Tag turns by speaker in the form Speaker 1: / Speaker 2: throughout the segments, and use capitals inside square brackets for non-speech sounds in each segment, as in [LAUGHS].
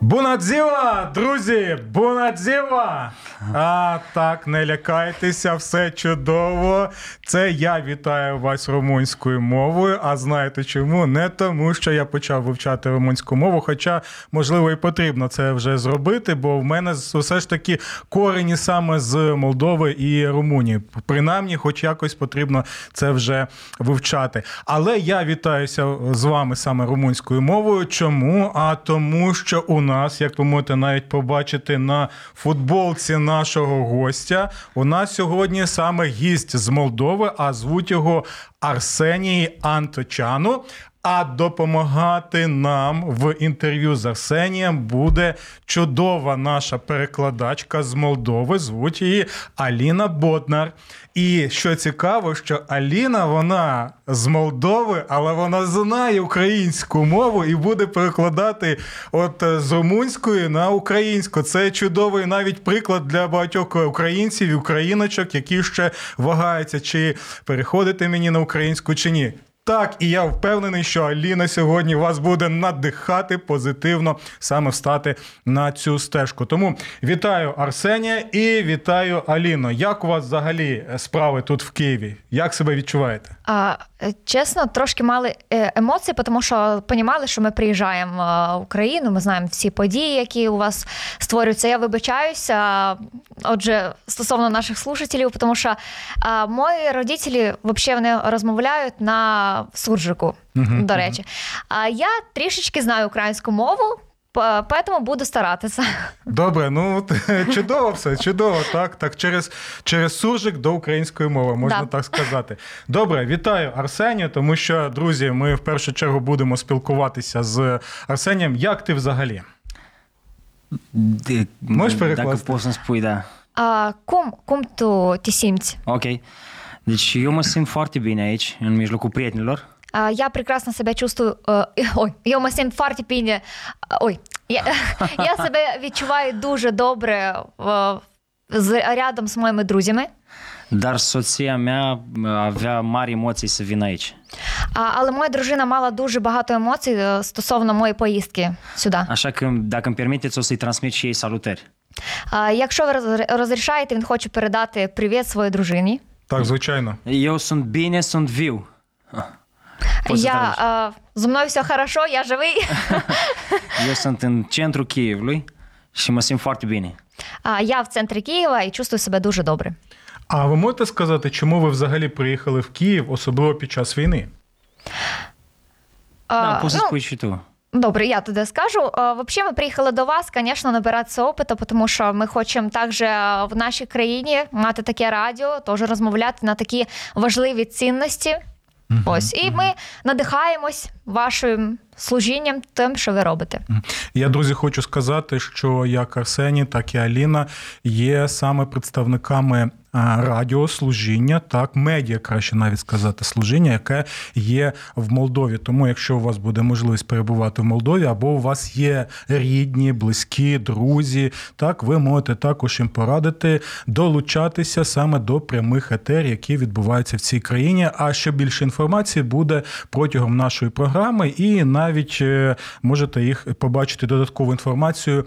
Speaker 1: Бунадзіва, друзі! Бунадзіва! А так, не лякайтеся, все чудово. Це я вітаю вас румунською мовою. А знаєте чому? Не тому, що я почав вивчати румунську мову, хоча, можливо, і потрібно це вже зробити, бо в мене з- все ж таки корені саме з Молдови і Румунії. Принаймні, хоч якось потрібно це вже вивчати. Але я вітаюся з вами саме румунською мовою. Чому? А тому, що у нас, як ви можете навіть побачити на футболці нашого гостя, у нас сьогодні саме гість з Молдови, а звуть його Арсеній Анточану. А допомагати нам в інтерв'ю з Арсенієм буде чудова наша перекладачка з Молдови. Звуть її Аліна Ботнар. І що цікаво, що Аліна вона з Молдови, але вона знає українську мову і буде перекладати от е, з румунської на українську. Це чудовий навіть приклад для багатьох українців і україночок, які ще вагаються, чи переходити мені на українську чи ні. Так, і я впевнений, що Аліна сьогодні вас буде надихати позитивно саме встати на цю стежку. Тому вітаю Арсенія і вітаю Аліно. Як у вас взагалі справи тут в Києві? Як себе відчуваєте?
Speaker 2: А, е, чесно, трошки мали е, емоції, тому що понімали, що ми приїжджаємо е, в Україну, ми знаємо всі події, які у вас створюються. Я вибачаюся. е, Отже, стосовно наших слушателів, тому що е, мої родителі взагалі вони розмовляють на суржику. До речі, а я трішечки знаю українську мову, п- поэтому буду старатися.
Speaker 1: Добре, ну [LAUGHS] от, чудово все, чудово, так. Так, через, через суржик до української мови, можна
Speaker 2: Да.
Speaker 1: так сказати. Добре, вітаю Арсенію, тому що, друзі, ми в першу чергу будемо спілкуватися з Арсенієм. Як ти взагалі?
Speaker 3: De,
Speaker 1: Можеш
Speaker 3: Dacă
Speaker 1: перекласти?
Speaker 3: pot să-mi spui, da.
Speaker 2: А, кум, кум ту ті сімці.
Speaker 3: Ok. Deci eu mă simt foarte bine aici, în mijlocul prietenilor.
Speaker 2: А, Я прекрасно себя чувствую. е, і- Ой, я масім фарті піні. Ой, я, [LAUGHS] я себе відчуваю дуже добре е, з рядом з моїми друзями.
Speaker 3: Dar soția mea mă, avea mari emoții să vină aici.
Speaker 2: А, але моя дружина мала дуже багато емоцій е, стосовно моєї поїздки сюди.
Speaker 3: Așa că, dacă îmi permiteți, o să-i transmit și ei salutări.
Speaker 2: А, якщо ви роз- розрішаєте, він хоче передати привіт своїй дружині.
Speaker 1: Так, звичайно.
Speaker 3: Eu sunt бine, sunt viu. Poți să
Speaker 2: Я
Speaker 3: traduci.
Speaker 2: е, зі мною все хорошо, я живий.
Speaker 3: Eu sunt în centrul Chievului și mă simt foarte bine.
Speaker 2: А, я в центрі Києва і чувствую себе дуже добре.
Speaker 1: А ви можете сказати, чому ви взагалі приїхали в Київ, особливо під час війни?
Speaker 3: Da,
Speaker 2: А,
Speaker 3: poți să
Speaker 2: ну,
Speaker 3: spui și tu.
Speaker 2: Добре, я туди скажу. Е, Вообще, ми приїхали до вас, звісно, набиратися опиту, тому що ми хочемо також е, в нашій країні мати таке радіо, теж розмовляти на такі важливі цінності. Ось, і ми надихаємось вашим служінням, тим, що ви робите.
Speaker 1: Я, друзі, хочу сказати, що як Арсені, так і Аліна є саме представниками а, радіослужіння, так, медіа, краще навіть сказати, служіння, яке є в Молдові. Тому, якщо у вас буде можливість перебувати в Молдові, або у вас є рідні, близькі, друзі, так, ви можете також їм порадити долучатися саме до прямих етерів, які відбуваються в цій країні. А ще більше інформації буде протягом нашої програми, і навіть е, можете їх побачити додаткову інформацію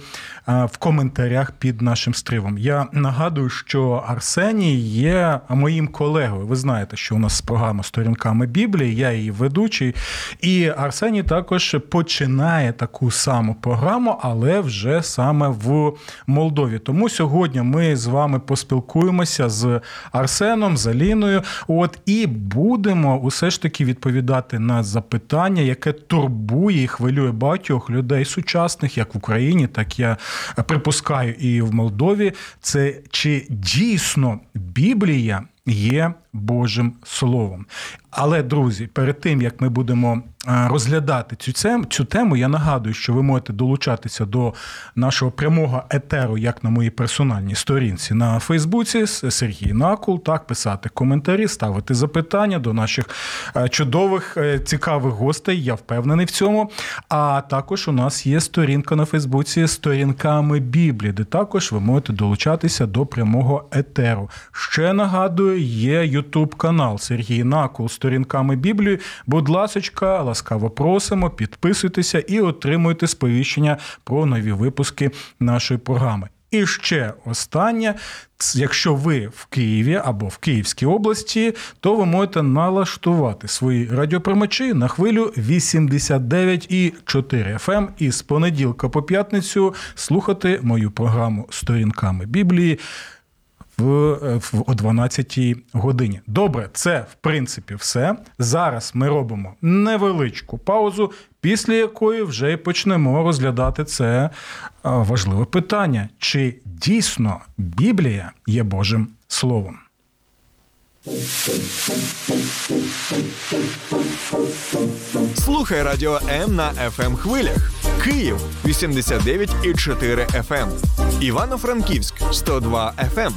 Speaker 1: е, в коментарях під нашим стримом. Я нагадую, що Арсеній є моїм колегою. Ви знаєте, що у нас програма сторінками Біблії, я її ведучий. І Арсеній також починає таку саму програму, але вже саме в Молдові. Тому сьогодні ми з вами поспілкуємося з Арсеном, з Аліною. От і будемо усе ж таки відповідати на запитання, яке турбує і хвилює багатьох людей сучасних, як в Україні, так я припускаю, і в Молдові. Це чи дійсно Біблія є Божим Словом? Але, друзі, перед тим як ми будемо е, розглядати цю цем- цю тему, я нагадую, що ви можете долучатися до нашого прямого етеру, як на моїй персональній сторінці на Фейсбуці с- Сергій Накул, так писати коментарі, ставити запитання до наших е, чудових е, цікавих гостей. Я впевнений в цьому. А також у нас є сторінка на Фейсбуці з сторінками Біблії, де також ви можете долучатися до прямого етеру. Ще нагадую, є Ютуб канал Сергій Накул з сторінками Біблії. Будь ласочка, ласкаво просимо, підписуйтеся і отримуйте сповіщення про нові випуски нашої програми. І ще останнє, ц- якщо ви в Києві або в Київській області, то ви можете налаштувати свої радіоприймачі на хвилю 89 і 4 FM і з понеділка по п'ятницю слухати мою програму сторінками Біблії в, е, в о 12 годині. Добре, це в принципі все. Зараз ми робимо невеличку паузу, після якої вже й почнемо розглядати це е, важливе питання: чи дійсно Біблія є Божим Словом?
Speaker 4: Слухай радіо М на fm хвилях. Київ 89,4 FM. Ем. Івано-Франківськ 102 FM. Ем.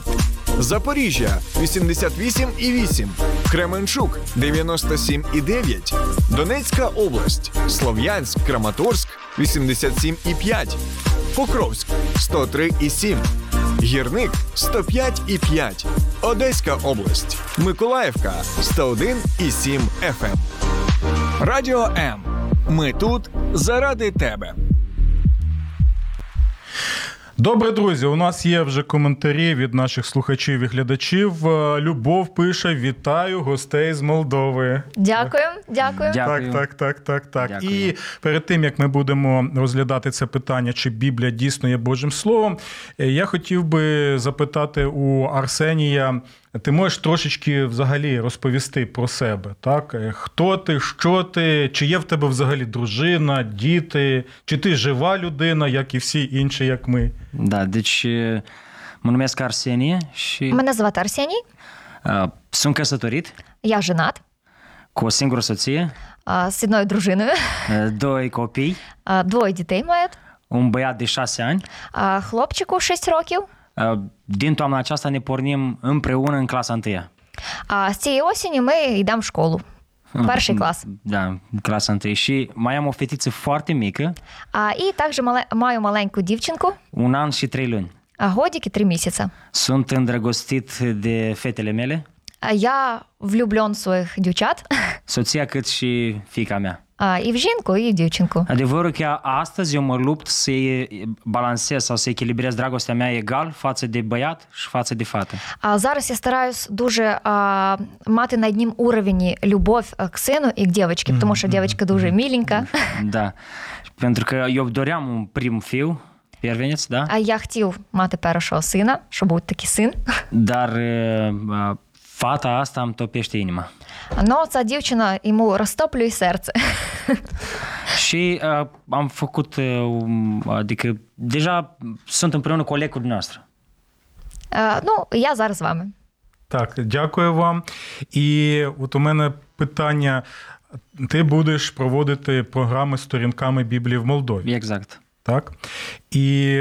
Speaker 4: Запоріжжя 88,8. Кременчук 97,9. Донецька область. Слов'янськ, Краматорськ 87,5. Покровськ 103,7. Гірник 105,5. Одеська область. Миколаївка 101,7 FM. Радіо М. Ми тут заради тебе.
Speaker 1: Добре, друзі, у нас є вже коментарі від наших слухачів і глядачів. Е, Любов пише: вітаю гостей з Молдови.
Speaker 2: Дякую, дякую.
Speaker 3: Дя-
Speaker 1: Так,
Speaker 3: Дякую.
Speaker 1: так, так, так, так.
Speaker 3: Дякую.
Speaker 1: І перед тим як ми будемо розглядати це питання, чи Біблія дійсно є Божим Словом, е, я хотів би запитати у Арсенія. Ти можеш трошечки взагалі розповісти про себе, так? Е, Хто ти, що ти, чи є в тебе взагалі дружина, діти, чи ти жива людина, як і всі інші, як ми?
Speaker 3: Da, deci mă numesc Arsenie și
Speaker 2: Мене звати Арсеній,
Speaker 3: uh, sunt căsătorit
Speaker 2: я женат
Speaker 3: cu o singură соție,
Speaker 2: а, з одною дружиною,
Speaker 3: uh, doi copii,
Speaker 2: а, двоє дітей маю.
Speaker 3: un băiat de шase ani.
Speaker 2: а, Хлопчику 6 років.
Speaker 3: Uh, Din toamna aceasta ne pornim împreună în clasa întâia.
Speaker 2: А з цієї осені ми йдемо в школу. Перший клас.
Speaker 3: Da, clasa întâi. Și mai am o fetiță foarte mică,
Speaker 2: А, і також мале, маю маленьку дівчинку,
Speaker 3: un an și trei luni.
Speaker 2: а годіки 3 місяці.
Speaker 3: Sunt îndrăgostit de fetele mele,
Speaker 2: А Я влюблен в своїх дівчат [LAUGHS]
Speaker 3: soția cât și fica mea.
Speaker 2: а, і в жінку, і в дівчинку.
Speaker 3: Adevărul că astăzi eu mă lupt să balancez sau să echilibrez dragostea mea egal față de băiat și față de fată.
Speaker 2: А зараз я стараюсь дуже а, мати на однім уровні любов е, к сину і к дівчинці, тому що дівчинка дуже міленька.
Speaker 3: Da. Pentru că eu doream un prim fiu, perveneți, da?
Speaker 2: А я хотів мати першого сина, щоб був такий син. [LAUGHS]
Speaker 3: Dar e, a, fata asta îmi topește inima.
Speaker 2: Ну, ця дівчина йому розтоплює серце. [LAUGHS]
Speaker 3: Și uh, am făcut, uh, um, adică deja sunt împreună cu colegul nostru.
Speaker 2: Е, ну, я зараз з вами.
Speaker 1: Так, дякую вам. І от у мене питання: ти будеш проводити програми з сторінками Біблії в Молдові?
Speaker 3: Exact.
Speaker 1: Так. І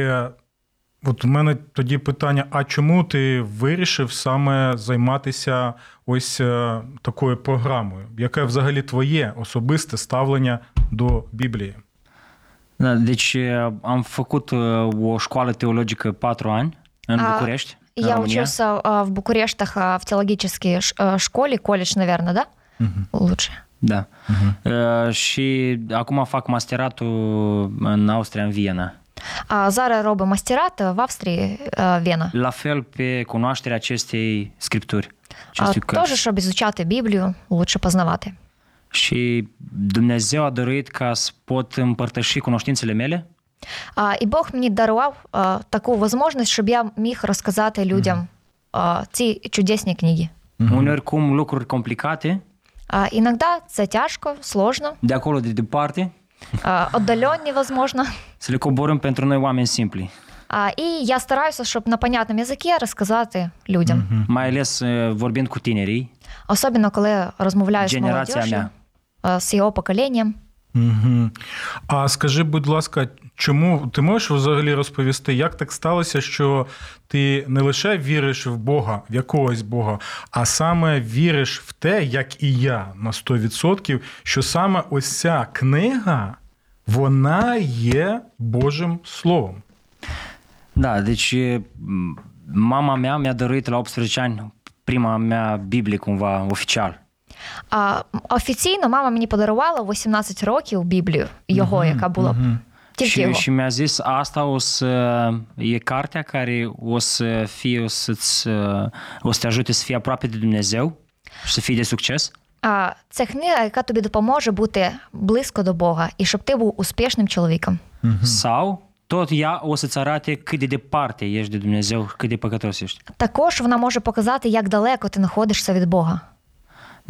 Speaker 1: от у мене тоді питання: а чому ти вирішив саме займатися ось е, такою програмою? Яке взагалі твоє особисте ставлення до Біблії?
Speaker 3: Da, deci uh, am făcut uh, o școală teologică patru ani în
Speaker 2: A,
Speaker 3: București, în
Speaker 2: Я
Speaker 3: România.
Speaker 2: учился а, в Букурештах а, в теологической ш- а, школе, колледж, наверное, да? Лучше.
Speaker 3: Da. Uh-huh. Uh, și acum fac masteratul în Austria, în Viena.
Speaker 2: А зараз робить мастерат в Австрії е, Вена.
Speaker 3: La fel pe cunoașterea acestei scripturi.
Speaker 2: А,
Speaker 3: Acestui cărți.
Speaker 2: Теж, щоб ізучати Біблію, лучше познавати.
Speaker 3: Și Dumnezeu a dăruit ca să pot împărtăși cunoștințele mele
Speaker 2: А, І Бог мені дарував а, таку можливість, щоб я міг розказати людям а, ці чудесні книги.
Speaker 3: Mm-hmm. Uneori cum lucruri complicate,
Speaker 2: А, Іноді це тяжко, сложно,
Speaker 3: de acolo, de departe,
Speaker 2: а, віддалені, возможно.
Speaker 3: să le coborâm pentru noi oameni simpli.
Speaker 2: А, І я стараюся, щоб на понятному язикі розказати людям.
Speaker 3: Mai ales uh, vorbind cu tinerii,
Speaker 2: особливо коли розмовляю з
Speaker 3: Генерація
Speaker 2: молодіжю,
Speaker 3: мя.
Speaker 2: е, з його поколінням.
Speaker 1: Угу. А скажи, будь ласка, чому ти можеш взагалі розповісти, як так сталося, що ти не лише віриш в Бога, в якогось Бога, а саме віриш в те, як і я на 100%, що саме ось ця книга, вона є Божим Словом.
Speaker 3: Da, deci m, mama mea mi-a dăruit la 18 ani prima mea Biblie cumva oficial.
Speaker 2: А офіційно мама мені подарувала в 18 років Біблію його, яка була тільки
Speaker 3: Și,
Speaker 2: його.
Speaker 3: și mi-a zis asta o să e cartea care o să fie o să, o să te ajute să fii aproape de Dumnezeu și să fii de succes.
Speaker 2: А це книга, яка тобі допоможе бути близько до Бога і щоб ти був успішним чоловіком.
Speaker 3: Mm-hmm. Sau tot ea o să-ți arate cât de departe ești de Dumnezeu, cât de păcătos ești.
Speaker 2: Також вона може показати, як далеко ти знаходишся від Бога.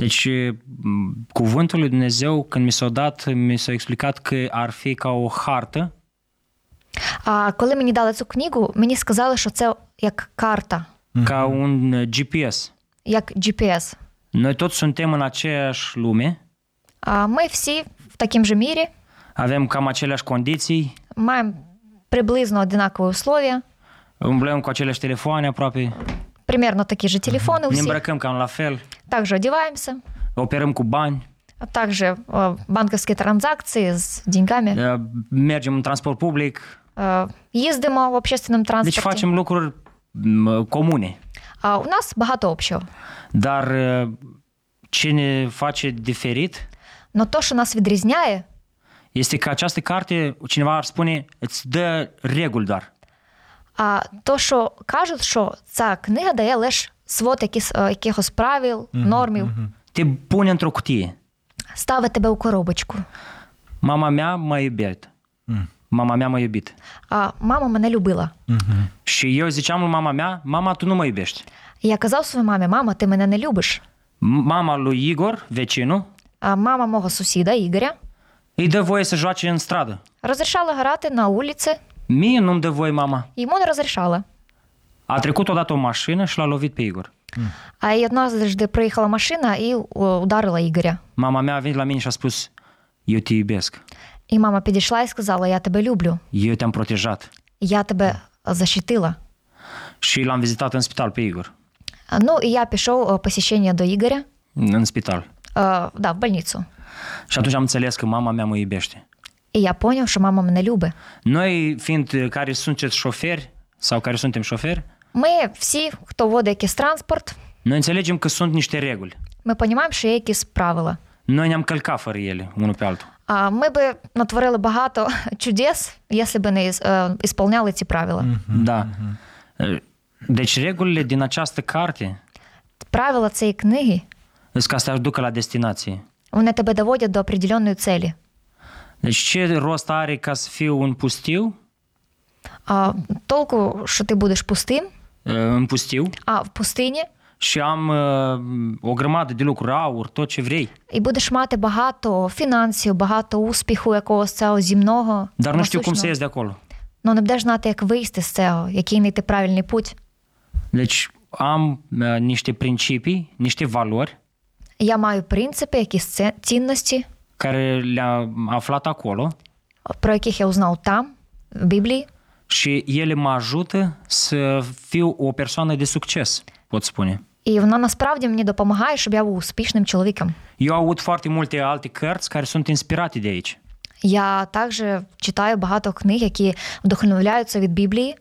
Speaker 3: Deci, m, cuvântul lui Dumnezeu, când mi s-a dat, mi s-a explicat că ar fi ca o hartă
Speaker 2: А коли мені дали цю книгу, мені сказали, що це як карта,
Speaker 3: ca un uh, GPS.
Speaker 2: як GPS.
Speaker 3: Noi toți suntem în aceeași lume,
Speaker 2: А ми всі в такому же мірі
Speaker 3: avem cam aceleași condiții,
Speaker 2: маємо приблизно однакові условия,
Speaker 3: umblăm cu aceleași telefoane aproape,
Speaker 2: примерно такі ж телефони у
Speaker 3: ne
Speaker 2: всіх,
Speaker 3: îmbrăcăm cam la fel,
Speaker 2: також одягаємося,
Speaker 3: operăm cu bani,
Speaker 2: а також е, банківські транзакції з деньгами,
Speaker 3: uh, mergem în transport public,
Speaker 2: е, їздимо в общественному
Speaker 3: deci
Speaker 2: транспорті.
Speaker 3: facem lucruri m, comune.
Speaker 2: А у нас багато общого.
Speaker 3: Dar uh, ce ne face diferit
Speaker 2: Но то, що нас відрізняє,
Speaker 3: este că această carte, cineva ar spune, îți dă reguli doar.
Speaker 2: а то, що кажуть, що ця книга дає лише свод якісь, е, якихось правил, нормів,
Speaker 3: Te pune într-o cutie.
Speaker 2: ставить тебе у коробочку.
Speaker 3: Mama mea m-a iubit. Mama mea m-a iubit.
Speaker 2: А мама мене любила.
Speaker 3: Și eu ziceam lui mama mea, mama, tu nu mă iubești.
Speaker 2: І Я казав своїй мамі: мама, ти мене не любиш.
Speaker 3: Mama lui Igor, vecinul,
Speaker 2: А мама мого сусіда Ігоря
Speaker 3: îi dă voie să joace în stradă.
Speaker 2: розрішала грати на вулиці,
Speaker 3: Mie nu-mi dă voie mama.
Speaker 2: йому не розрішала.
Speaker 3: A trecut odată o mașină і l-a lovit pe Igor.
Speaker 2: А й однажды приїхала машина і о, ударила Ігоря.
Speaker 3: Mama mea a venit la mine și a spus, eu te iubesc,
Speaker 2: І мама підійшла і сказала: Я тебе люблю,
Speaker 3: eu te-am protejat.
Speaker 2: я тебе защитила.
Speaker 3: Și l-am vizitat în spital pe Igor.
Speaker 2: А, Ну і я пішов е, посещення до Ігоря е,
Speaker 3: În spital.
Speaker 2: да, в больницю.
Speaker 3: Și atunci am înțeles că mama mea mă iubește.
Speaker 2: І я поняв, що мама мене любить.
Speaker 3: Noi, fiind uh, care sunteți șoferi sau care suntem șoferi,
Speaker 2: Ми всі, хто водить якийсь транспорт,
Speaker 3: noi înțelegem că sunt niște reguli.
Speaker 2: ми розуміємо, що є якісь правила.
Speaker 3: Noi ne-am călcat fără ele, unul pe altul.
Speaker 2: А ми би натворили багато [LAUGHS] чудес, якщо б не із- е, ісполняли ці правила.
Speaker 3: Da. Uh, Deci regulile din această carte
Speaker 2: Правила цієї книги
Speaker 3: sunt ca să te ducă la destinație.
Speaker 2: вони тебе доводять до определенної цілі.
Speaker 3: Deci ce rost are ca să fiu un pustiu,
Speaker 2: А, толку, що ти будеш пустим,
Speaker 3: uh, în pustiu
Speaker 2: а в пустині,
Speaker 3: și am uh, o grămadă de lucruri, aur, tot ce vrei,
Speaker 2: і будеш мати багато фінансів, багато успіху якогось цього зімного.
Speaker 3: dar nu știu cum să
Speaker 2: насущного.
Speaker 3: ies de acolo.
Speaker 2: Ну не будеш знати, як вийти з цього, який знайти правильний путь.
Speaker 3: Deci am uh, niște principii, niște valori
Speaker 2: Я маю принципи, якісь це- цінності,
Speaker 3: care le-am aflat acolo
Speaker 2: про яких я узнав там, в Біблії,
Speaker 3: și ele mă ajută să fiu o persoană de succes, pot spune.
Speaker 2: і вона насправді мені допомагає, щоб я був успішним чоловіком.
Speaker 3: Eu aud foarte multe alte cărți care sunt inspirate de aici.
Speaker 2: Я також читаю багато книг, які вдохновляються від Біблії.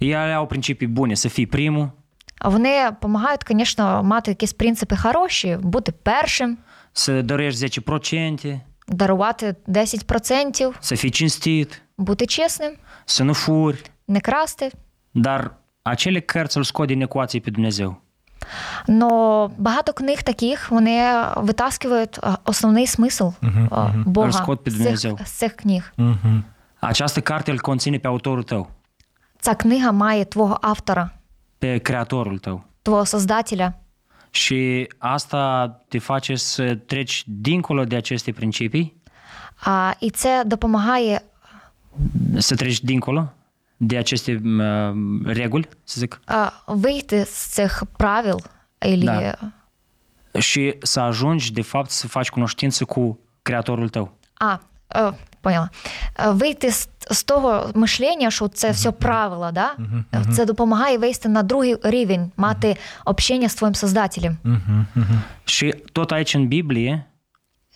Speaker 3: Ele au principii bune, să fii primul,
Speaker 2: А Вони допомагають, звісно, мати якісь принципи хороші, бути першим,
Speaker 3: să dăruiești 10%,
Speaker 2: дарувати 10%,
Speaker 3: să fii cinstit,
Speaker 2: бути чесним,
Speaker 3: să nu furi,
Speaker 2: не красти.
Speaker 3: dar acele cărți îl scot din ecuație pe Dumnezeu.
Speaker 2: Но багато книг таких вони витаскують а, основний смисл а, Бога
Speaker 3: Розход під
Speaker 2: з цих,
Speaker 3: Венезел.
Speaker 2: з цих книг.
Speaker 1: Угу.
Speaker 3: Această carte îl conține pe autorul tău,
Speaker 2: Ця книга має твого автора,
Speaker 3: pe creatorul tău.
Speaker 2: твого создателя.
Speaker 3: Și asta te face să treci dincolo de aceste principii,
Speaker 2: А, і це допомагає
Speaker 3: să treci dincolo de aceste uh,
Speaker 2: е,
Speaker 3: reguli, să zic,
Speaker 2: а, вийти з цих правил. Ілі...
Speaker 3: Да. și să ajungi, de fapt, să faci cunoștință cu creatorul tăу.
Speaker 2: А, е, поняла. Е, Вийти з, з того мишлення, що це все правила, да? Е, це допомагає вийти на другий рівень, мати общення з твоїм создателем.
Speaker 3: Și tot aici în Biblie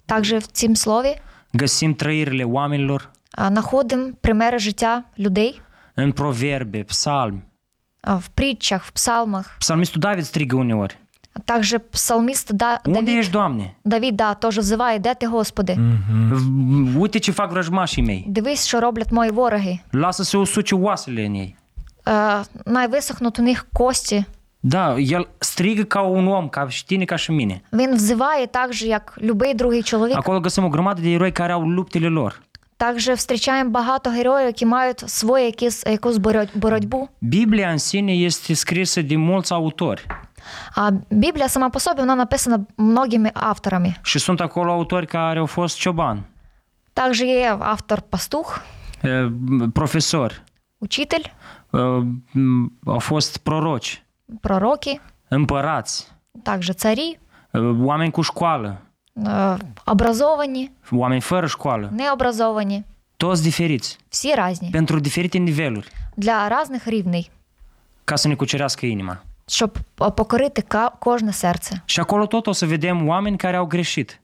Speaker 2: Також в цім слові
Speaker 3: găsim trăirile oamenilor
Speaker 2: знаходимо примери життя людей
Speaker 3: în proverbe, psalmi.
Speaker 2: е, в притчах, в псалмах.
Speaker 3: Псалmistul David strigă uneori.
Speaker 2: Також псалміст да,
Speaker 3: Unde
Speaker 2: Давід,
Speaker 3: ești, Doamne?
Speaker 2: Давід да, теж взиває, де ти, Господи?
Speaker 3: V- Uite ce fac vrăjmașii mei.
Speaker 2: Дивись, що роблять мої вороги.
Speaker 3: Lasă să usuce oasele în ei.
Speaker 2: Е, най висохнуть у них кості.
Speaker 3: Da, el strigă ca un om, ca și tine, ca și mine.
Speaker 2: Він взиває так же, як будь-який другий чоловік.
Speaker 3: Acolo găsim o grămadă de eroi care au luptele lor.
Speaker 2: Також зустрічаємо багато героїв, які мають свою якісь, якусь боро- боротьбу.
Speaker 3: Biblia în sine este scrisă de mulți autori
Speaker 2: А Біблія сама по собі вона написана многими авторами.
Speaker 3: și sunt acolo autori care au fost cioban,
Speaker 2: Також є автор пастух,
Speaker 3: eh, profesori,
Speaker 2: учитель,
Speaker 3: eh, m- au fost proroci,
Speaker 2: пророки,
Speaker 3: împărați,
Speaker 2: також царі,
Speaker 3: eh, oameni cu școală,
Speaker 2: е, образовані,
Speaker 3: oameni fără școală,
Speaker 2: необразовані,
Speaker 3: toți diferiți,
Speaker 2: всі різні,
Speaker 3: pentru diferite niveluri,
Speaker 2: для різних рівней,
Speaker 3: ca să ne cucerească inima.
Speaker 2: щоб е, покорити ка- кожне серце.
Speaker 3: Și acolo tot o să vedem oameni care au greșit.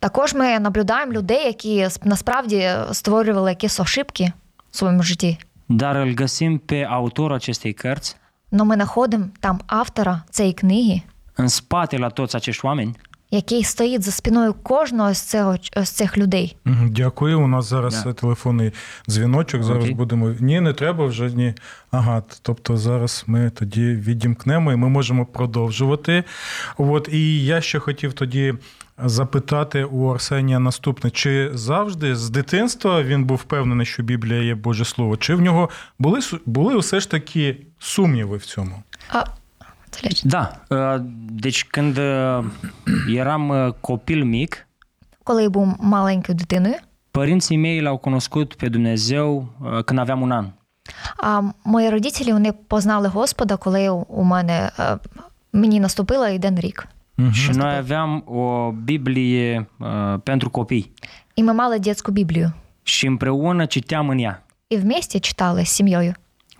Speaker 2: Також ми наблюдаємо людей, які с- насправді створювали якісь ошибки в своєму житті.
Speaker 3: Dar îl găsim pe autorul acestei cărți,
Speaker 2: Но ми знаходимо там автора цієї книги,
Speaker 3: în spate la toți acești oameni,
Speaker 2: який стоїть за спиною кожного з, цього, з цих людей.
Speaker 1: Мгм, Дякую. У нас зараз
Speaker 3: Да.
Speaker 1: е, телефонний дзвіночок. Зараз
Speaker 3: Окей.
Speaker 1: будемо. Ні, не треба вже. Ні. Ага, т- тобто зараз ми тоді відімкнемо і ми можемо продовжувати. От і я ще хотів тоді запитати у Арсенія наступне: чи завжди з дитинства він був впевнений, що Біблія є Боже Слово? Чи в нього були су- були все ж таки сумніви в цьому?
Speaker 2: А, це ляч.
Speaker 3: Da, uh, deci când uh, eram uh, copil mic,
Speaker 2: Коли я був маленькою дитиною,
Speaker 3: părinții mei l-au cunoscut pe Dumnezeu uh, când aveam un an.
Speaker 2: а мої родителі вони познали Господа, коли у- у мене е, мені наступило один рік.
Speaker 3: Și noi aveam o Biblie uh, pentru copii
Speaker 2: І ми мали дитячу Біблію.
Speaker 3: și împreună citeam în ea.
Speaker 2: І вмісті читали з сім'єю.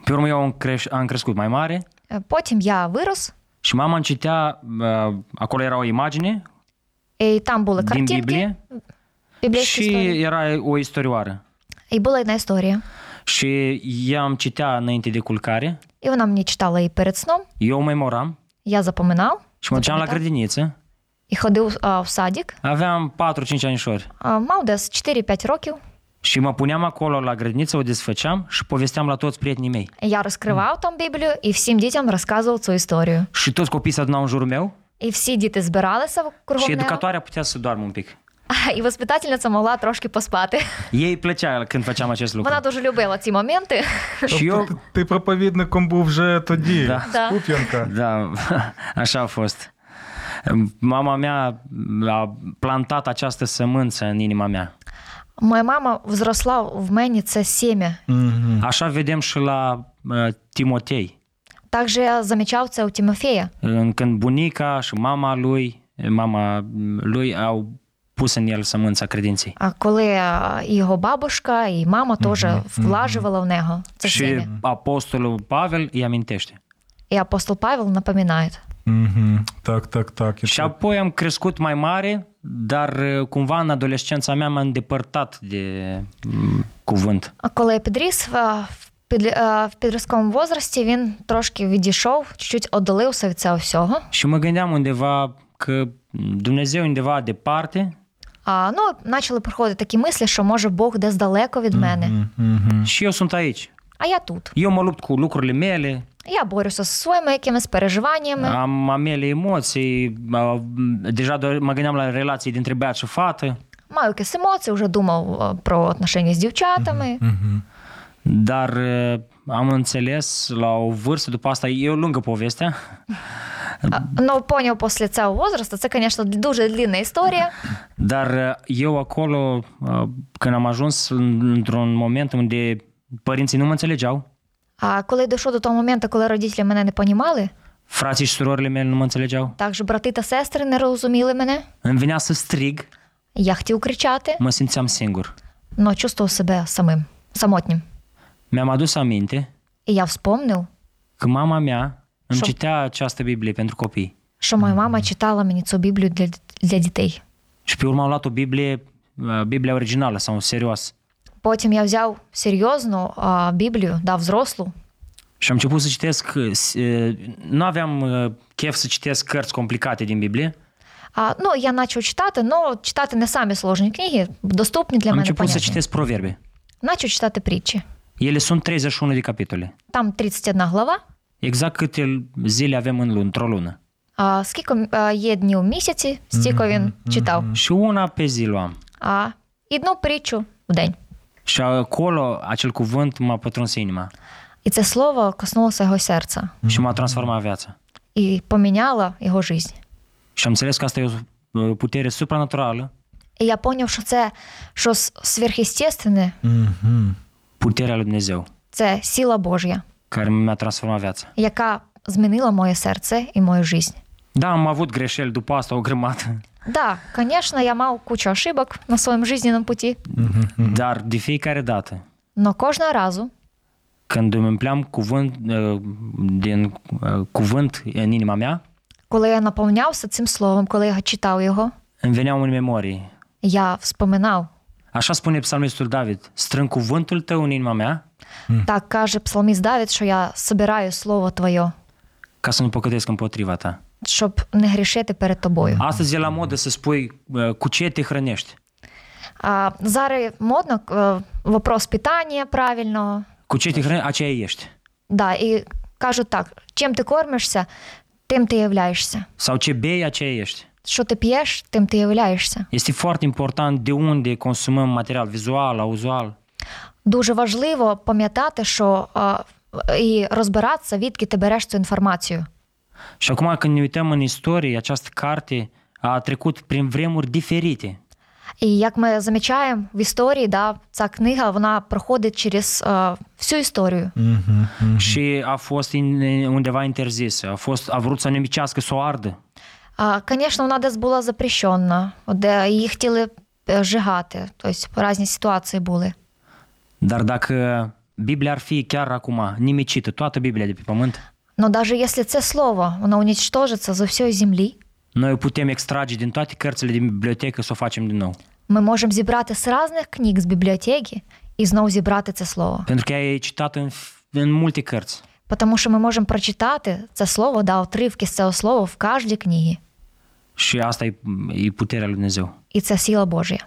Speaker 3: Pe urmă eu am, creș- am crescut mai mare
Speaker 2: Е, Потім я вирос,
Speaker 3: și mama îmi citea, uh, acolo era o imagine
Speaker 2: і там були
Speaker 3: din
Speaker 2: картинки,
Speaker 3: Biblie
Speaker 2: біблійські
Speaker 3: și
Speaker 2: історії.
Speaker 3: era o istorioară.
Speaker 2: І була одна історія.
Speaker 3: Și ea îmi citea înainte de culcare,
Speaker 2: І вона мені читала і перед сном,
Speaker 3: eu memoram
Speaker 2: я запоминав
Speaker 3: și mă duceam la
Speaker 2: Запам'ятав.
Speaker 3: grădiniță.
Speaker 2: і ходив а, в садик.
Speaker 3: Aveam 4-5 anișori.
Speaker 2: А, мав десь 4-5 років.
Speaker 3: Și mă puneam acolo la grădiniță, o desfăceam și povesteam la toți prietenii mei.
Speaker 2: Я розкривав там Біблію і всім дітям розказував цю історію.
Speaker 3: Și toți copiii se adunau în jurul meu
Speaker 2: І всі діти збиралися
Speaker 3: și
Speaker 2: кругом мене,
Speaker 3: educatoarea putea să doarmă un pic.
Speaker 2: [LAUGHS] і воспитательниця могла трошки поспати.
Speaker 3: Ei îi plăcea când făceam acest lucru.
Speaker 2: Вона дуже любила ці моменти.
Speaker 3: Și eu,
Speaker 1: Тобто ти, ти проповідником був вже тоді,
Speaker 3: Da.
Speaker 2: Да.
Speaker 1: Куп'янка.
Speaker 3: da, [LAUGHS] așa a fost. Mama mea a plantat această sămânță în inima mea.
Speaker 2: Моя мама взросла в мені це сім'я.
Speaker 3: Așa vedem și la uh, Timotei.
Speaker 2: Також я замічав це у Тимофія.
Speaker 3: În- Când bunica și mama lui, mama lui au pus în el sămânța credinței.
Speaker 2: А коли е, і його бабушка, і мама теж влажувала в нього це
Speaker 3: Și
Speaker 2: сім'я.
Speaker 3: apostolul Pavel îi amintește.
Speaker 2: І апостол Павел напоминає.
Speaker 1: Угу. Так, так, так. І
Speaker 3: Și
Speaker 1: це-
Speaker 3: apoi am crescut mai mare, dar uh, cumva în adolescența mea m-am îndepărtat de mm, cuvânt.
Speaker 2: А коли я підріс, е, в підлі- е, в підростковому возрасті він трошки відійшов, чуть-чуть одолився від цього всього.
Speaker 3: Și mă gândeam undeva că Dumnezeu e undeva departe
Speaker 2: А, ну, почали приходити такі мислі, що може Бог десь далеко від мене,
Speaker 3: mm. și eu sunt aici.
Speaker 2: а я тут.
Speaker 3: Eu mă lupt cu lucrurile mele,
Speaker 2: Я борюся зі своїми якимись переживаннями.
Speaker 3: am, am mele emoții, a, m, deja do- mă gândeam la relații dintre băiat și fată,
Speaker 2: Маю якісь емоції, вже думав е, про отношення з дівчатами.
Speaker 3: dar uh, am înțeles la o vârstă, după asta e o лungă повestea,
Speaker 2: А, Ну, поняв після цього возрасту, це, звісно, дуже длінна історія.
Speaker 3: [LAUGHS] Dar uh, eu acolo, uh, când am ajuns în- într-un moment unde părinții nu mă înțelegeau,
Speaker 2: А коли дійшло до того моменту, коли родителі мене не понімали,
Speaker 3: Frații și surorile mele nu mă înțelegeau.
Speaker 2: Також брати та сестри не розуміли мене.
Speaker 3: Îmi venea să strig,
Speaker 2: Я хотів кричати,
Speaker 3: mă simțeam singur.
Speaker 2: але чувствував себе самим, самотнім.
Speaker 3: Mi-am adus aminte
Speaker 2: І я вспомнив,
Speaker 3: că mama mea îmi
Speaker 2: Și-o-
Speaker 3: citea această Biblie pentru copii.
Speaker 2: що моя мама читала мені цю Біблію для, для дітей.
Speaker 3: Și pe urmă am luat o Biblie, uh, Biblia originală sau serios.
Speaker 2: Потім я взяв серйозну а, Біблію, дав взрослу,
Speaker 3: Și am început să citesc, uh, s- uh, nu aveam uh, chef să citesc cărți complicate din Biblie.
Speaker 2: А, ну, я почав читати, але читати не самі сложні книги, доступні для
Speaker 3: Am
Speaker 2: мене.
Speaker 3: început să
Speaker 2: понятні.
Speaker 3: citesc proverbe.
Speaker 2: Начав читати притчі.
Speaker 3: Ele sunt 31 de capitole.
Speaker 2: Там 31 глава.
Speaker 3: Exact câte zile avem în lună, într-o lună.
Speaker 2: А, скільки а, є днів в місяці, стільки він читав.
Speaker 3: Și una pe zi luam.
Speaker 2: А, і одну притчу в день.
Speaker 3: Și acolo acel cuvânt m-a pătruns inima
Speaker 2: І це слово коснулося його серця
Speaker 3: și m-a transformat viața.
Speaker 2: і поміняло його життя.
Speaker 3: Și am înțeles că asta e o uh, putere supranaturală,
Speaker 2: І я зрозумів, що це щось сверхъестественне,
Speaker 3: puterea lui Dumnezeu,
Speaker 2: це сила Божя,
Speaker 3: care mi-a transformat viața.
Speaker 2: яка змінила моє серце і мою життя.
Speaker 3: Da, am avut greșeli după asta, o grămadă,
Speaker 2: Да, звісно, я мав кучу ошибок на своєму життєвому путі,
Speaker 3: dar de fiecare dată,
Speaker 2: але кожного разу
Speaker 3: când îmi împleam cuvânt, uh, din uh, cuvânt în inima mea,
Speaker 2: Коли я наповнявся цим словом, коли я читав його,
Speaker 3: îmi veneau în memorie.
Speaker 2: я вспоминав.
Speaker 3: Așa spune psalmistul David, strâng cuvântul tău în inima mea
Speaker 2: Так каже псалміст Давід, що я собираю слово твоє,
Speaker 3: ca să nu păcătesc împotriva ta.
Speaker 2: щоб не грішити перед тобою.
Speaker 3: Astăzi e la modă să spui uh, cu ce te hrănești,
Speaker 2: А зараз модно е, вопрос питання правильного.
Speaker 3: cu ce te hrănești, aceea ești.
Speaker 2: Да, і кажуть так: чим ти кормишся, тим ти являєшся.
Speaker 3: Sau ce bei, aceea ești.
Speaker 2: Що ти п'єш, тим ти являєшся.
Speaker 3: Este foarte important de unde consumăm material vizual, auzual.
Speaker 2: Дуже важливо пам'ятати, що е, і розбиратися, відки ти береш цю інформацію.
Speaker 3: Și acum când ne uităm în istorie, această carte a trecut prin vremuri diferite.
Speaker 2: І як ми замічаємо в історії, да, ця книга вона проходить через е, всю історію.
Speaker 3: Și a fost in, undeva interzisă, a, fost, a vrut să ne micească, să o ardă.
Speaker 2: А, Звісно, вона десь була запрещена, де її хотіли е, жигати. Тобто різні ситуації були.
Speaker 3: Dar dacă Biblia ar fi chiar acum nimicită, toată Biblia de pe pământ,
Speaker 2: Ну, навіть якщо це слово, воно унічтожиться з усієї землі,
Speaker 3: noi o putem extrage din toate cărțile din bibliotecă să o facem din nou.
Speaker 2: ми можемо зібрати з різних книг з бібліотеки і знову зібрати це слово.
Speaker 3: Pentru că ea e citată în, în multe cărți.
Speaker 2: Тому що ми можемо прочитати це слово, да, отривки з цього слова в кожній книгі.
Speaker 3: Și asta e, e puterea lui Dumnezeu.
Speaker 2: І це сила Божія.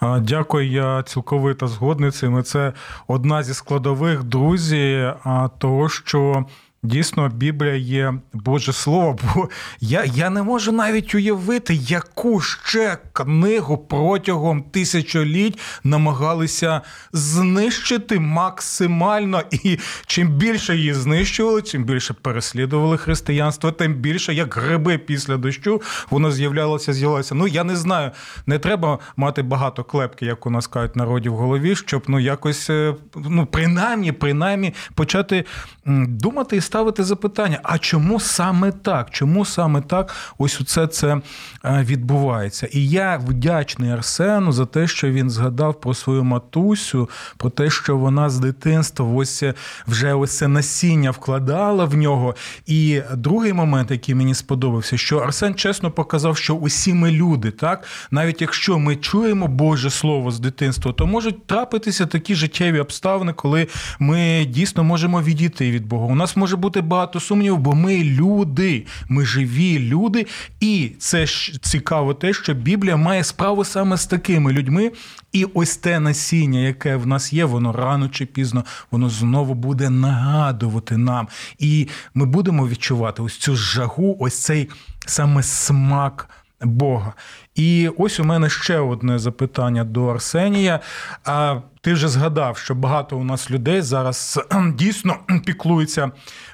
Speaker 1: А, Дякую, я цілковито згодний з цим. І Це одна зі складових друзі, а, того, що дійсно Біблія є Боже Слово. [LAUGHS] Бо я, я не можу навіть уявити, яку ще книгу протягом тисячоліть намагалися знищити максимально. І чим більше її знищували, чим більше переслідували християнство, тим більше як гриби після дощу воно з'являлося, з'являлося. Ну я не знаю, не треба мати багато клепки, як у нас кажуть в народі в голові, щоб ну якось е, ну принаймні, принаймні почати м, думати і ставити запитання: а чому саме так? Чому саме так? Ось усе це е, відбувається. І я вдячний Арсену за те, що він згадав про свою матусю, про те, що вона з дитинства ось е, вже ось це насіння вкладала в нього. І другий момент, який мені сподобався, що Арсен чесно показав, що усі ми люди, так навіть якщо ми чуємо Боже Слово з дитинства, то можуть трапитися такі життєві обставини, коли ми дійсно можемо відійти від Бога. У нас може бути багато сумнівів, бо ми люди, ми живі люди, і це ж цікаво, те, що Біблія має справу саме з такими людьми. І ось те насіння, яке в нас є, воно рано чи пізно, воно знову буде нагадувати нам. І ми будемо відчувати ось цю жагу, ось цей саме смак Бога. І ось у мене ще одне запитання до Арсенія. А ти вже згадав, що багато у нас людей зараз кхм, дійсно кхм, піклуються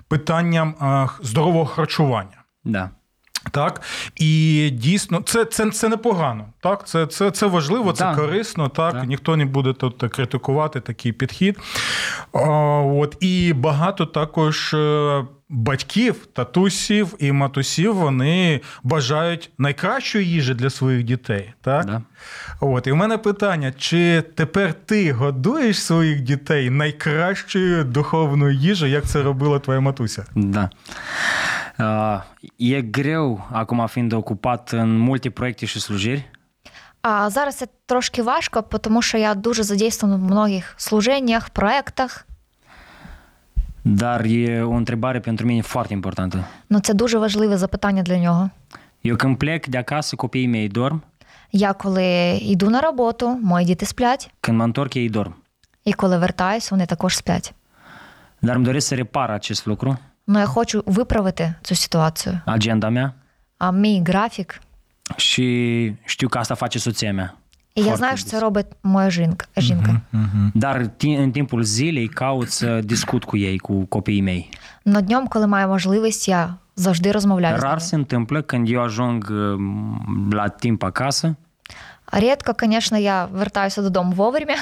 Speaker 1: питанням а, х- здорового харчування.
Speaker 3: Da.
Speaker 1: Так і дійсно це, це, це непогано. Так, це, це, це важливо, це
Speaker 3: Да.
Speaker 1: корисно. Так,
Speaker 3: Да.
Speaker 1: ніхто не буде тут критикувати такий підхід. А, от і багато також. е, батьків, татусів і матусів вони бажають найкращої їжі для своїх дітей. Так?
Speaker 3: Да.
Speaker 1: От, і в мене питання: чи тепер ти годуєш своїх дітей найкращою духовною їжею, як це робила твоя матуся?
Speaker 3: Da. Uh, e greu, acum fiind ocupat în multe proiecte și slujiri,
Speaker 2: А зараз це трошки важко, тому що я дуже задействована в многих служеннях, проектах.
Speaker 3: dar e o întrebare pentru mine foarte importantă.
Speaker 2: Ну це дуже важливе запитання для нього.
Speaker 3: Eu când plec de acasă, copiii mei dorm,
Speaker 2: Я коли йду на роботу, мої діти сплять,
Speaker 3: când mă întorc, ei dorm.
Speaker 2: і коли вертаюсь, вони також сплять.
Speaker 3: Dar îmi doresc să repar acest lucru,
Speaker 2: Ну я хочу виправити цю ситуацію.
Speaker 3: agenda mea,
Speaker 2: А мій графік,
Speaker 3: și știu că asta face soția mea.
Speaker 2: і я
Speaker 3: Foarte
Speaker 2: знаю, що
Speaker 3: des.
Speaker 2: це робить моя жінка. жінка.
Speaker 3: Dar ti- în timpul zilei caut să discut cu ei, cu copiii mei.
Speaker 2: Но днем, коли маю можливість, я завжди розмовляю.
Speaker 3: Rar
Speaker 2: з
Speaker 3: se
Speaker 2: ними.
Speaker 3: întâmplă când eu ajung um, la timp acasă
Speaker 2: Рідко, звісно, я вертаюся додому вовремя,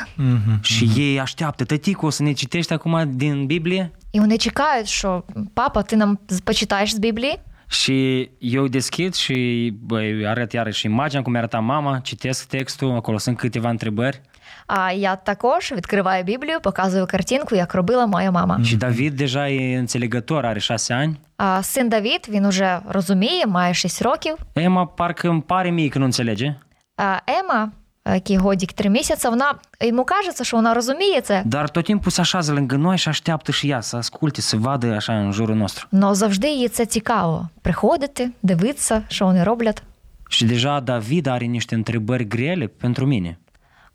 Speaker 3: și ei așteaptă, tăticu, o să ne citești acum din Biblie?
Speaker 2: і вони чекають, що папа, ти нам з- почитаєш з Біблії.
Speaker 3: Și eu deschid și băi, arăt iarăși imaginea cum arăta mama, citesc textul, acolo sunt câteva întrebări.
Speaker 2: А я також відкриваю Біблію, показую картинку, як робила моя мама.
Speaker 3: Și David deja e înțelegător, are șase ani.
Speaker 2: А син Давід він уже розуміє, має 6 років.
Speaker 3: Emma parcă îmi pare mie că nu înțelege,
Speaker 2: А Ема, який годік 3 місяці, вона йому кажеться, що вона розуміє це.
Speaker 3: dar tot timpul se așează lângă noi și așteaptă și ea să asculte, să vadă așa în jurul nostru.
Speaker 2: Но завжди їй це цікаво приходити, дивитися, що вони роблять.
Speaker 3: Și deja David are niște întrebări grele pentru mine.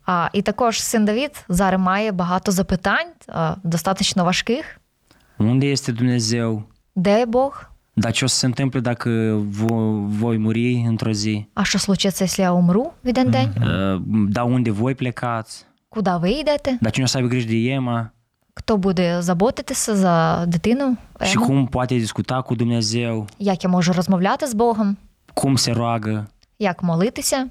Speaker 2: А і також син Давід зараз має багато запитань, а, достатньо важких.
Speaker 3: Unde este Dumnezeu?
Speaker 2: Де Бог?
Speaker 3: Dar ce o să se întâmple dacă vo- voi muri într-o zi?
Speaker 2: А що случиться, якщо я умру в один день?
Speaker 3: Uh, Dar unde voi plecați?
Speaker 2: Куди ви йдете?
Speaker 3: Dar cine o să aibă grijă de Emma?
Speaker 2: Хто буде заботитися за дитину?
Speaker 3: Și
Speaker 2: Ему?
Speaker 3: cum poate discuta cu Dumnezeu?
Speaker 2: Як я можу розмовляти з Богом?
Speaker 3: Cum se roagă?
Speaker 2: Як молитися?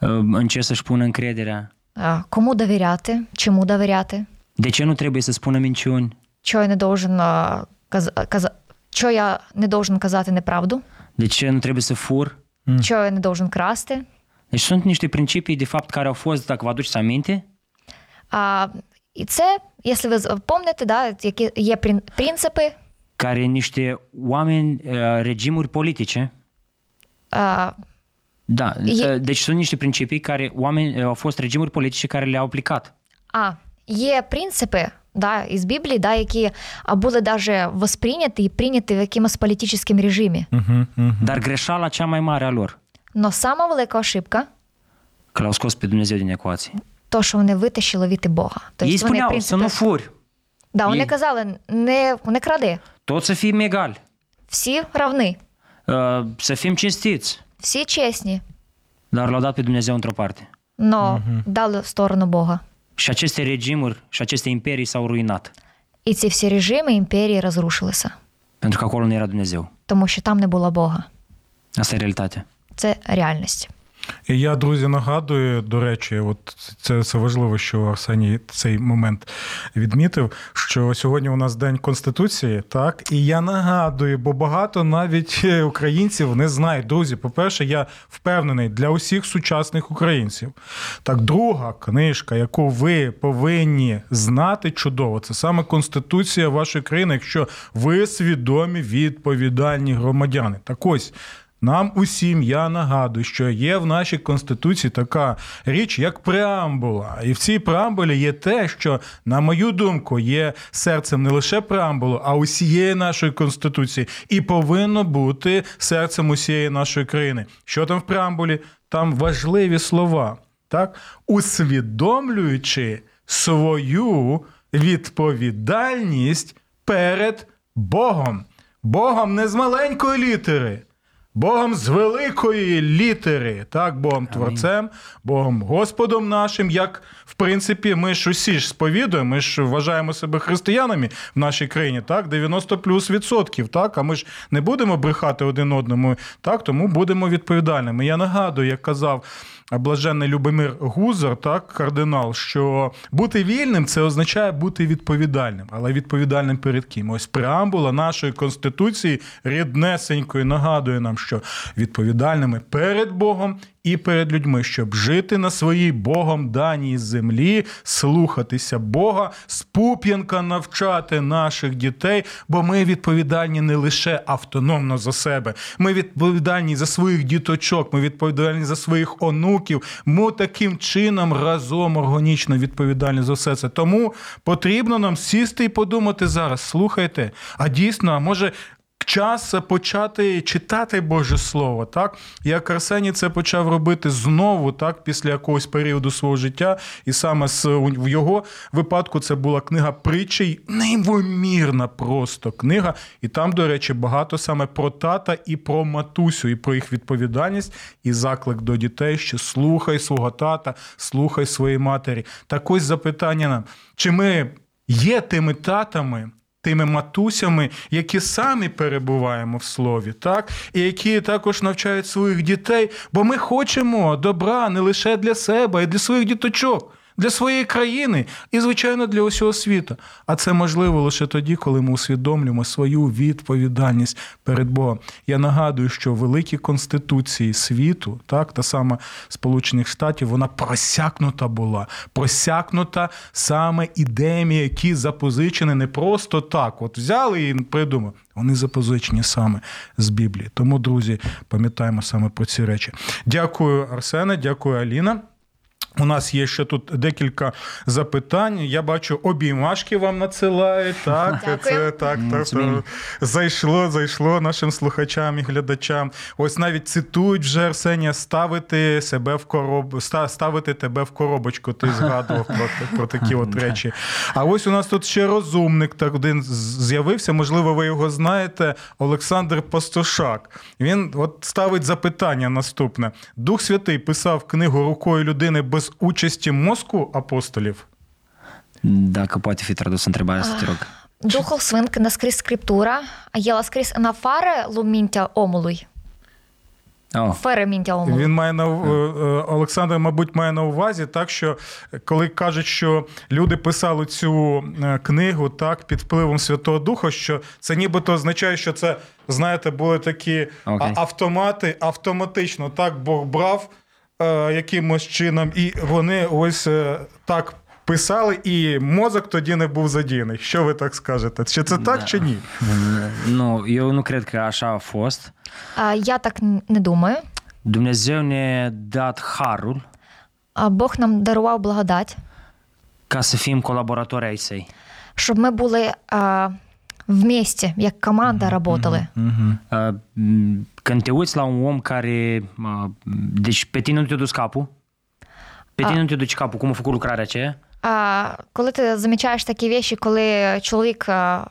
Speaker 3: Uh, În ce să-și pună încrederea?
Speaker 2: А, Кому довіряти? Чому довіряти?
Speaker 3: De ce nu trebuie să spună minciuni?
Speaker 2: Що я не должен а, каз... каза... Що я не должен казати неправду?
Speaker 3: De ce nu trebuie să fur?
Speaker 2: Що я не должен красти?
Speaker 3: Deci sunt niște principii, de fapt, care au fost, dacă vă aduceți aminte,
Speaker 2: А, і це, якщо ви з- помните, да, які є прин- принципи, е,
Speaker 3: care niște oameni, uh, regimuri politice,
Speaker 2: а,
Speaker 3: da,
Speaker 2: E-
Speaker 3: uh, deci sunt niște principii care oameni, uh, au fost regimuri politice care le-au aplicat.
Speaker 2: А, є принципи да, із Біблії, да, які а, були даже восприйняті і прийняті в якомусь політичному режимі.
Speaker 3: Dar greșeala cea mai mare a lor,
Speaker 2: Но сама велика ошибка
Speaker 3: că l-au scos pe Dumnezeu din ecuație.
Speaker 2: то, що вони витащили від Бога. Тобто
Speaker 3: Ei
Speaker 2: вони, в
Speaker 3: spuneau să
Speaker 2: принципі,
Speaker 3: nu furi,
Speaker 2: да, вони
Speaker 3: їй-
Speaker 2: казали, не, не кради,
Speaker 3: toți să fim egali,
Speaker 2: всі равни,
Speaker 3: uh, să fim cinstiți,
Speaker 2: всі чесні,
Speaker 3: dar l-au dat pe Dumnezeu într-o parte.
Speaker 2: но дали в сторону Бога.
Speaker 3: Și aceste regimuri și aceste imperii s-au ruinat,
Speaker 2: І ці всі режими імперії розрушилися,
Speaker 3: pentru că acolo nu era Dumnezeu.
Speaker 2: тому що там не було Бога.
Speaker 3: Asta e realitatea.
Speaker 2: Це реальність.
Speaker 1: І я, друзі, нагадую, до речі, от це, це важливо, що Арсеній цей момент відмітив, що сьогодні у нас День Конституції, так? І я нагадую, бо багато навіть е, українців не знають. Друзі, по-перше, я впевнений для усіх сучасних українців. Так, друга книжка, яку ви повинні знати чудово, це саме Конституція вашої країни, якщо ви свідомі відповідальні громадяни. Так ось. Нам усім я нагадую, що є в нашій конституції така річ, як преамбула. І в цій преамбулі є те, що, на мою думку, є серцем не лише преамбулу, а усієї нашої конституції, і повинно бути серцем усієї нашої країни. Що там в преамбулі? Там важливі слова, так усвідомлюючи свою відповідальність перед Богом. Богом не з маленької літери, Богом з великої літери, так, Богом Творцем, Богом Господом нашим, як в принципі ми ж усі ж сповідуємо, ми ж вважаємо себе християнами в нашій країні, так, 90 плюс відсотків, так, а ми ж не будемо брехати один одному, так, тому будемо відповідальними. Я нагадую, як казав е, блаженний Любомир Гузар, так, кардинал, що бути вільним це означає бути відповідальним, але відповідальним перед ким? Ось преамбула нашої конституції ріднесенької нагадує нам, що відповідальними перед Богом і перед людьми, щоб жити на своїй Богом даній землі, слухатися Бога, з пуп'янка навчати наших дітей, бо ми відповідальні не лише автономно за себе. Ми відповідальні за своїх діточок, ми відповідальні за своїх онуків. Ми таким чином разом органічно відповідальні за все це. Тому потрібно нам сісти і подумати зараз. Слухайте, а дійсно, а може час почати читати Боже Слово, так? Як Арсеній це почав робити знову, так, після якогось періоду свого життя, і саме з, у- в його випадку це була книга притчей, неймовірна просто книга. І там, до речі, багато саме про тата і про матусю, і про їх відповідальність, і заклик до дітей, що слухай свого тата, слухай своєї матері. Так ось запитання нам, чи ми є тими татами, тими матусями, які самі перебуваємо в слові, так і які також навчають своїх дітей, бо ми хочемо добра не лише для себе, а й для своїх діточок. Для своєї країни і, звичайно, для усього світу. А це можливо лише тоді, коли ми усвідомлюємо свою відповідальність перед Богом. Я нагадую, що великі конституції світу, так та сама Сполучених Штатів, вона просякнута була, просякнута саме ідеями, які запозичені не просто так. От взяли і придумали. Вони запозичені саме з Біблії. Тому, друзі, пам'ятаємо саме про ці речі. Дякую, Арсене, дякую, Аліна. У нас є ще тут декілька запитань. Я бачу, обіймашки вам надсилають. Так,
Speaker 2: Дякую.
Speaker 1: це Е, так, так, так. Зайшло, зайшло нашим слухачам і глядачам. Ось навіть цитують вже Арсенія ставити себе в короб... ста- ставити тебе в коробочку. Ти згадував про, те- про такі от речі. А ось у нас тут ще розумник так один з- з'явився. Можливо, ви його знаєте. Олександр Пастушак. Він от ставить запитання наступне: Дух Святий писав книгу рукою людини без участі мозку апостолів.
Speaker 3: Да, копати фітер до Сантрибая стірок.
Speaker 2: Духов свинки наскрізь скриптура, а єла скрізь анафаре лумінтя омулуй.
Speaker 3: О,
Speaker 2: Феремінтя омулуй.
Speaker 1: Він має на ув- е, е, Олександр, мабуть, має на увазі так, що коли кажуть, що люди писали цю е, книгу так під впливом Святого Духа, що це нібито означає, що це знаєте, були такі а,
Speaker 3: Окей.
Speaker 1: автомати, автоматично так Бог брав е, якимось чином, і вони ось е, так. Писали, і мозок тоді не був задіяний. Що ви так скажете? Чи це так,
Speaker 3: Да.
Speaker 1: чи ні?
Speaker 3: ну, eu nu cred că așa a fost.
Speaker 2: А, Я так н- не думаю.
Speaker 3: Dumnezeu ne-a dat harul
Speaker 2: А Бог нам дарував благодать,
Speaker 3: ca să fim colaboratori ai săi.
Speaker 2: щоб ми були а, вместе, як команда работали.
Speaker 3: Uh, m- Când te uiți la un om care... uh, Deci pe tine nu te duci capul. Pe tine nu te duci capul cum a făcut lucrarea aceea.
Speaker 2: А коли ти замічаєш такі речі, коли чоловік а,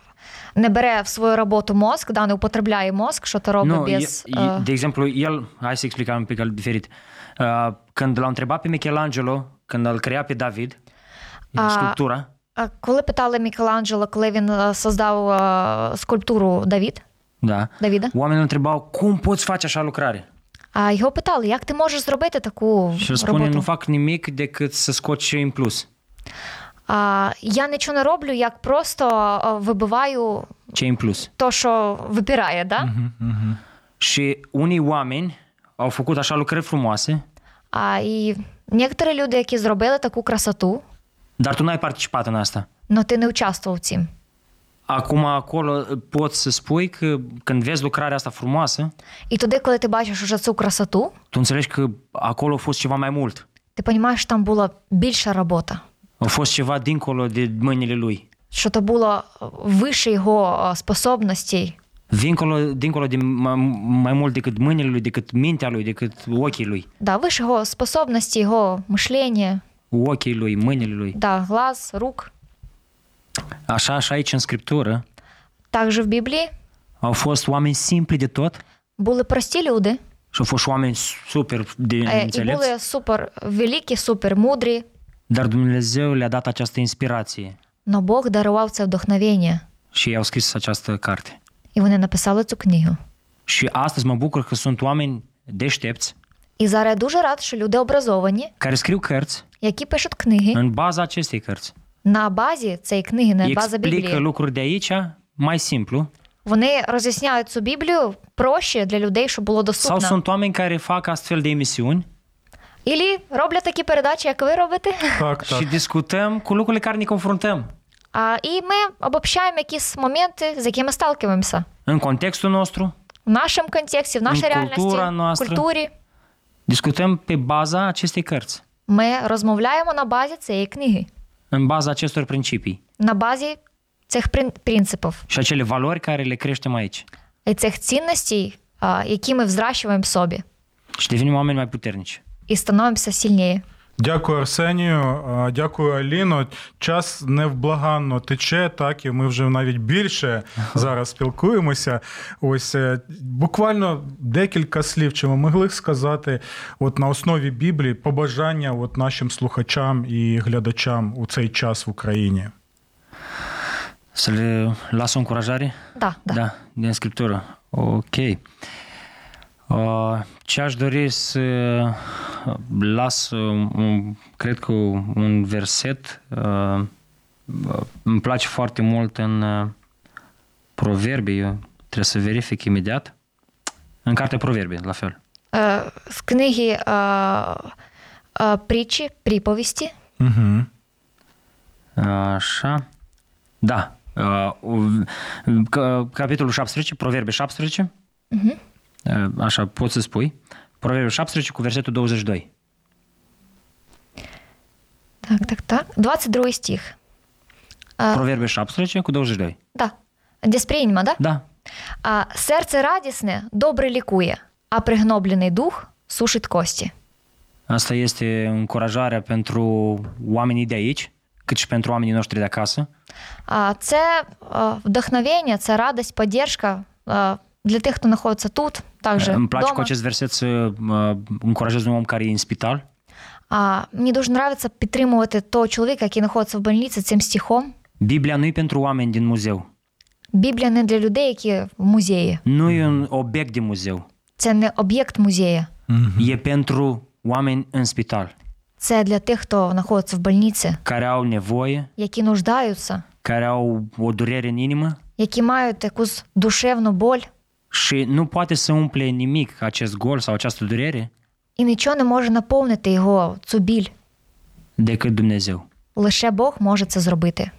Speaker 2: не бере в свою роботу мозк, да, не употребляє мозк, що то робить
Speaker 3: Nu,
Speaker 2: без. е,
Speaker 3: e- e-
Speaker 2: а,
Speaker 3: de exemplu, el, hai să explicăm un pic al- diferit. Uh, Când l-a întrebat pe Michelangelo, când îl crea pe David,
Speaker 2: A.
Speaker 3: sculptura,
Speaker 2: А коли питали Мікеланджело, коли він е, создав е, скульптуру Давід,
Speaker 3: da,
Speaker 2: Давіда,
Speaker 3: oamenii îl întrebau, cum poți face așa lucrare?
Speaker 2: а його питали, як ти можеш зробити таку
Speaker 3: Și el spune, nu
Speaker 2: роботу?
Speaker 3: fac nimic decât să scot ce e în plus.
Speaker 2: А, я нічого не роблю, як просто е, вибиваю
Speaker 3: Ce e în plus.
Speaker 2: то, що вибирає, да?
Speaker 3: Și unii oameni au făcut așa lucrări frumoase,
Speaker 2: А, і некоторі люди, які зробили таку красоту,
Speaker 3: dar tu n-ai participat în asta.
Speaker 2: але ти не участвував в цім.
Speaker 3: Acum acolo uh, poți să spui că când vezi lucrarea asta frumoasă,
Speaker 2: І тоді, коли ти бачиш уже цю красоту,
Speaker 3: tu înțelegi că acolo a fost ceva mai mult.
Speaker 2: ти розумієш, що там була більша робота,
Speaker 3: A fost ceva dincolo de mâinile lui.
Speaker 2: що то було е, вище його е, способностей,
Speaker 3: Dincolo, dincolo de mai, mai mult decât mâinile lui, decât mintea lui, decât ochii lui.
Speaker 2: да, вище його способності, його мишлення,
Speaker 3: Ochii lui, mâinile lui.
Speaker 2: да, глаз, рук.
Speaker 3: Așa și aici în Scriptură
Speaker 2: Также в Біблії
Speaker 3: au fost oameni simpli de tot
Speaker 2: були прості люди,
Speaker 3: Що фош oameni super de
Speaker 2: е, і
Speaker 3: înțelepți,
Speaker 2: були супер великі, супер мудрі,
Speaker 3: dar Dumnezeu le-a dat această inspirație
Speaker 2: но Бог дарував це вдохновення,
Speaker 3: și i-au scris această carte.
Speaker 2: і вони написали цю книгу.
Speaker 3: Și astăzi mă bucur că sunt oameni deștepți
Speaker 2: І зараз я дуже рад, що люди образовані,
Speaker 3: care scriu cărți
Speaker 2: які пишуть книги
Speaker 3: în baza acestei cărți.
Speaker 2: на базі цієї книги,
Speaker 3: Îi
Speaker 2: на базі
Speaker 3: explică
Speaker 2: Біблії.
Speaker 3: lucruri de aici mai simplu.
Speaker 2: Вони роз'ясняють цю Біблію проще для людей, щоб було
Speaker 3: Sau
Speaker 2: доступно.
Speaker 3: sunt oameni care fac astfel de емісіони
Speaker 2: Ілі роблять такі передачі, як ви робите.
Speaker 1: Так, так.
Speaker 3: și discutăm cu lucrurile care ne confruntăm
Speaker 2: А, і ми обобщаємо якісь моменти, з якими сталкиваємося.
Speaker 3: în contextul nostru.
Speaker 2: В нашому контексті, в нашій
Speaker 3: Ну,
Speaker 2: реальності,
Speaker 3: культура наша.
Speaker 2: культурі.
Speaker 3: Discutăm pe baza acestei cărți,
Speaker 2: Ми розмовляємо на базі цієї книги,
Speaker 3: în baza acestor principii
Speaker 2: на базі цих прин- принципів
Speaker 3: și acele valori care le creștem aici.
Speaker 2: і цих цінностей, а, які ми взращуємо в собі,
Speaker 3: Și devenim oameni mai puternici.
Speaker 2: і становимося сильніше.
Speaker 1: Дякую, Арсенію. а, Дякую, Аліно. Час невблаганно тече, так і ми вже навіть більше зараз спілкуємося. Ось е, буквально декілька слів, чи ми могли сказати от на основі Біблії побажання от нашим слухачам і глядачам у цей час в Україні.
Speaker 3: Să le las o încurajare?
Speaker 2: Да, да.
Speaker 3: da din scriptură. Ok. Uh, ce aș dori să las, uh, un, cred că un verset, uh, uh, îmi place foarte mult în uh, Proverbii, eu trebuie să verific imediat, în cartea Proverbii, la fel.
Speaker 2: Е, з книги е, е, притчі, приповісті.
Speaker 1: Угу.
Speaker 3: Așa. Da. Uh, u- ca- capitolul 17, Proverbe 17. Uh, Așa, poți să spui. Proverbe 17 cu versetul 22.
Speaker 2: Так, так, так. 22 стих. Е,
Speaker 3: Proverbe 17 cu 22.
Speaker 2: да. Десприйма, да?
Speaker 3: Da.
Speaker 2: А серце радісне добре лікує, а пригноблений дух сушить кості.
Speaker 3: Asta este încurajarea pentru oamenii de aici, cât și pentru oamenii noștri de acasă.
Speaker 2: А це е, вдохновення, це радість, поддержка е, для тих, хто знаходиться тут, також
Speaker 3: Îmi place cu
Speaker 2: вдома.
Speaker 3: acest verset să uh, încurajez un om care e în spital,
Speaker 2: А мені дуже подобається підтримувати того чоловіка, який знаходиться в больниці цим стихом.
Speaker 3: Biblia nu e pentru oameni din muzeu.
Speaker 2: Біблія не для людей, які в музеї.
Speaker 3: Nu e un obiect de muzeu.
Speaker 2: Це не об'єкт музею.
Speaker 3: E pentru oameni în spital,
Speaker 2: Це для тих, хто знаходиться в больниці,
Speaker 3: care au nevoie,
Speaker 2: які нуждаються,
Speaker 3: care au o durere în inimă
Speaker 2: які мають якусь душевну боль,
Speaker 3: și nu poate să umple nimic acest gol sau această durere
Speaker 2: і нічого не може наповнити його цю біль.
Speaker 3: decât Dumnezeu.
Speaker 2: Лише Бог може це зробити.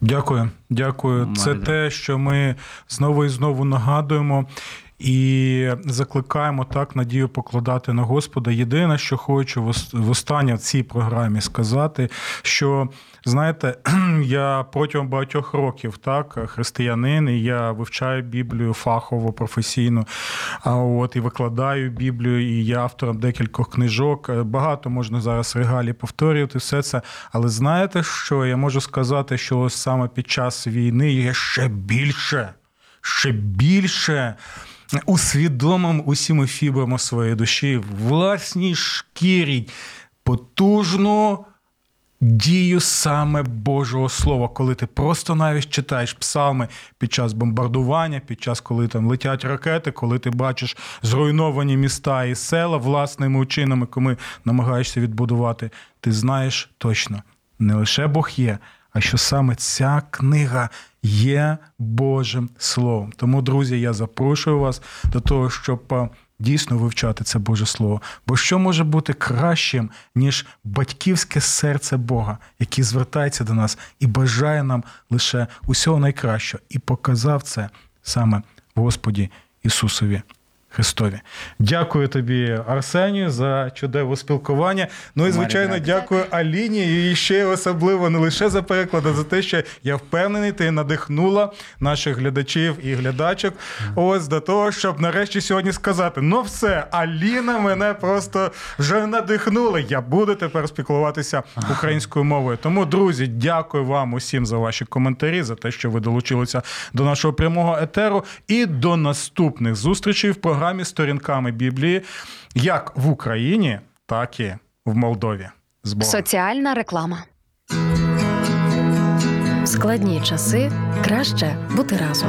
Speaker 1: Дякую, дякую. Це
Speaker 3: Марина.
Speaker 1: те, що ми знову і знову нагадуємо. І закликаємо так надію покладати на Господа. Єдине, що хочу вос- востаннє в цій програмі сказати, що знаєте, [CLEARS THROAT] я протягом багатьох років так християнин, і я вивчаю Біблію фахово, професійно. А от і викладаю Біблію, і я автором декількох книжок. Е, Багато можна зараз регалі повторювати все це. Але знаєте що? Я можу сказати, що ось саме під час війни я ще більше, ще більше. Усвідомим усіми фібрами своєї душі, в власній шкірі, потужну дію саме Божого Слова, коли ти просто навіть читаєш псалми під час бомбардування, під час, коли там летять ракети, коли ти бачиш зруйновані міста і села власними учинами, коли намагаєшся відбудувати, ти знаєш точно, не лише Бог є, а що саме ця книга є Божим Словом. Тому, друзі, я запрошую вас до того, щоб а, дійсно вивчати це Боже Слово. Бо що може бути кращим, ніж батьківське серце Бога, який звертається до нас і бажає нам лише усього найкращого, і показав це саме в Господі Ісусові Христові. Дякую тобі, Арсенію, за чудове спілкування. Ну і звичайно,
Speaker 3: Марина.
Speaker 1: дякую Аліні. І ще особливо не лише за переклад, а за те, що я впевнений, ти надихнула наших глядачів і глядачок. Ось до того, щоб нарешті сьогодні сказати: ну все, Аліна мене просто вже надихнула. Я буду тепер спілкуватися українською мовою. Тому, друзі, дякую вам усім за ваші коментарі, за те, що ви долучилися до нашого прямого етеру. І до наступних зустрічей в програмі Сторінками Біблії як в Україні, так і в Молдові. З Богом.
Speaker 5: Соціальна реклама.
Speaker 6: В складні часи краще бути разом.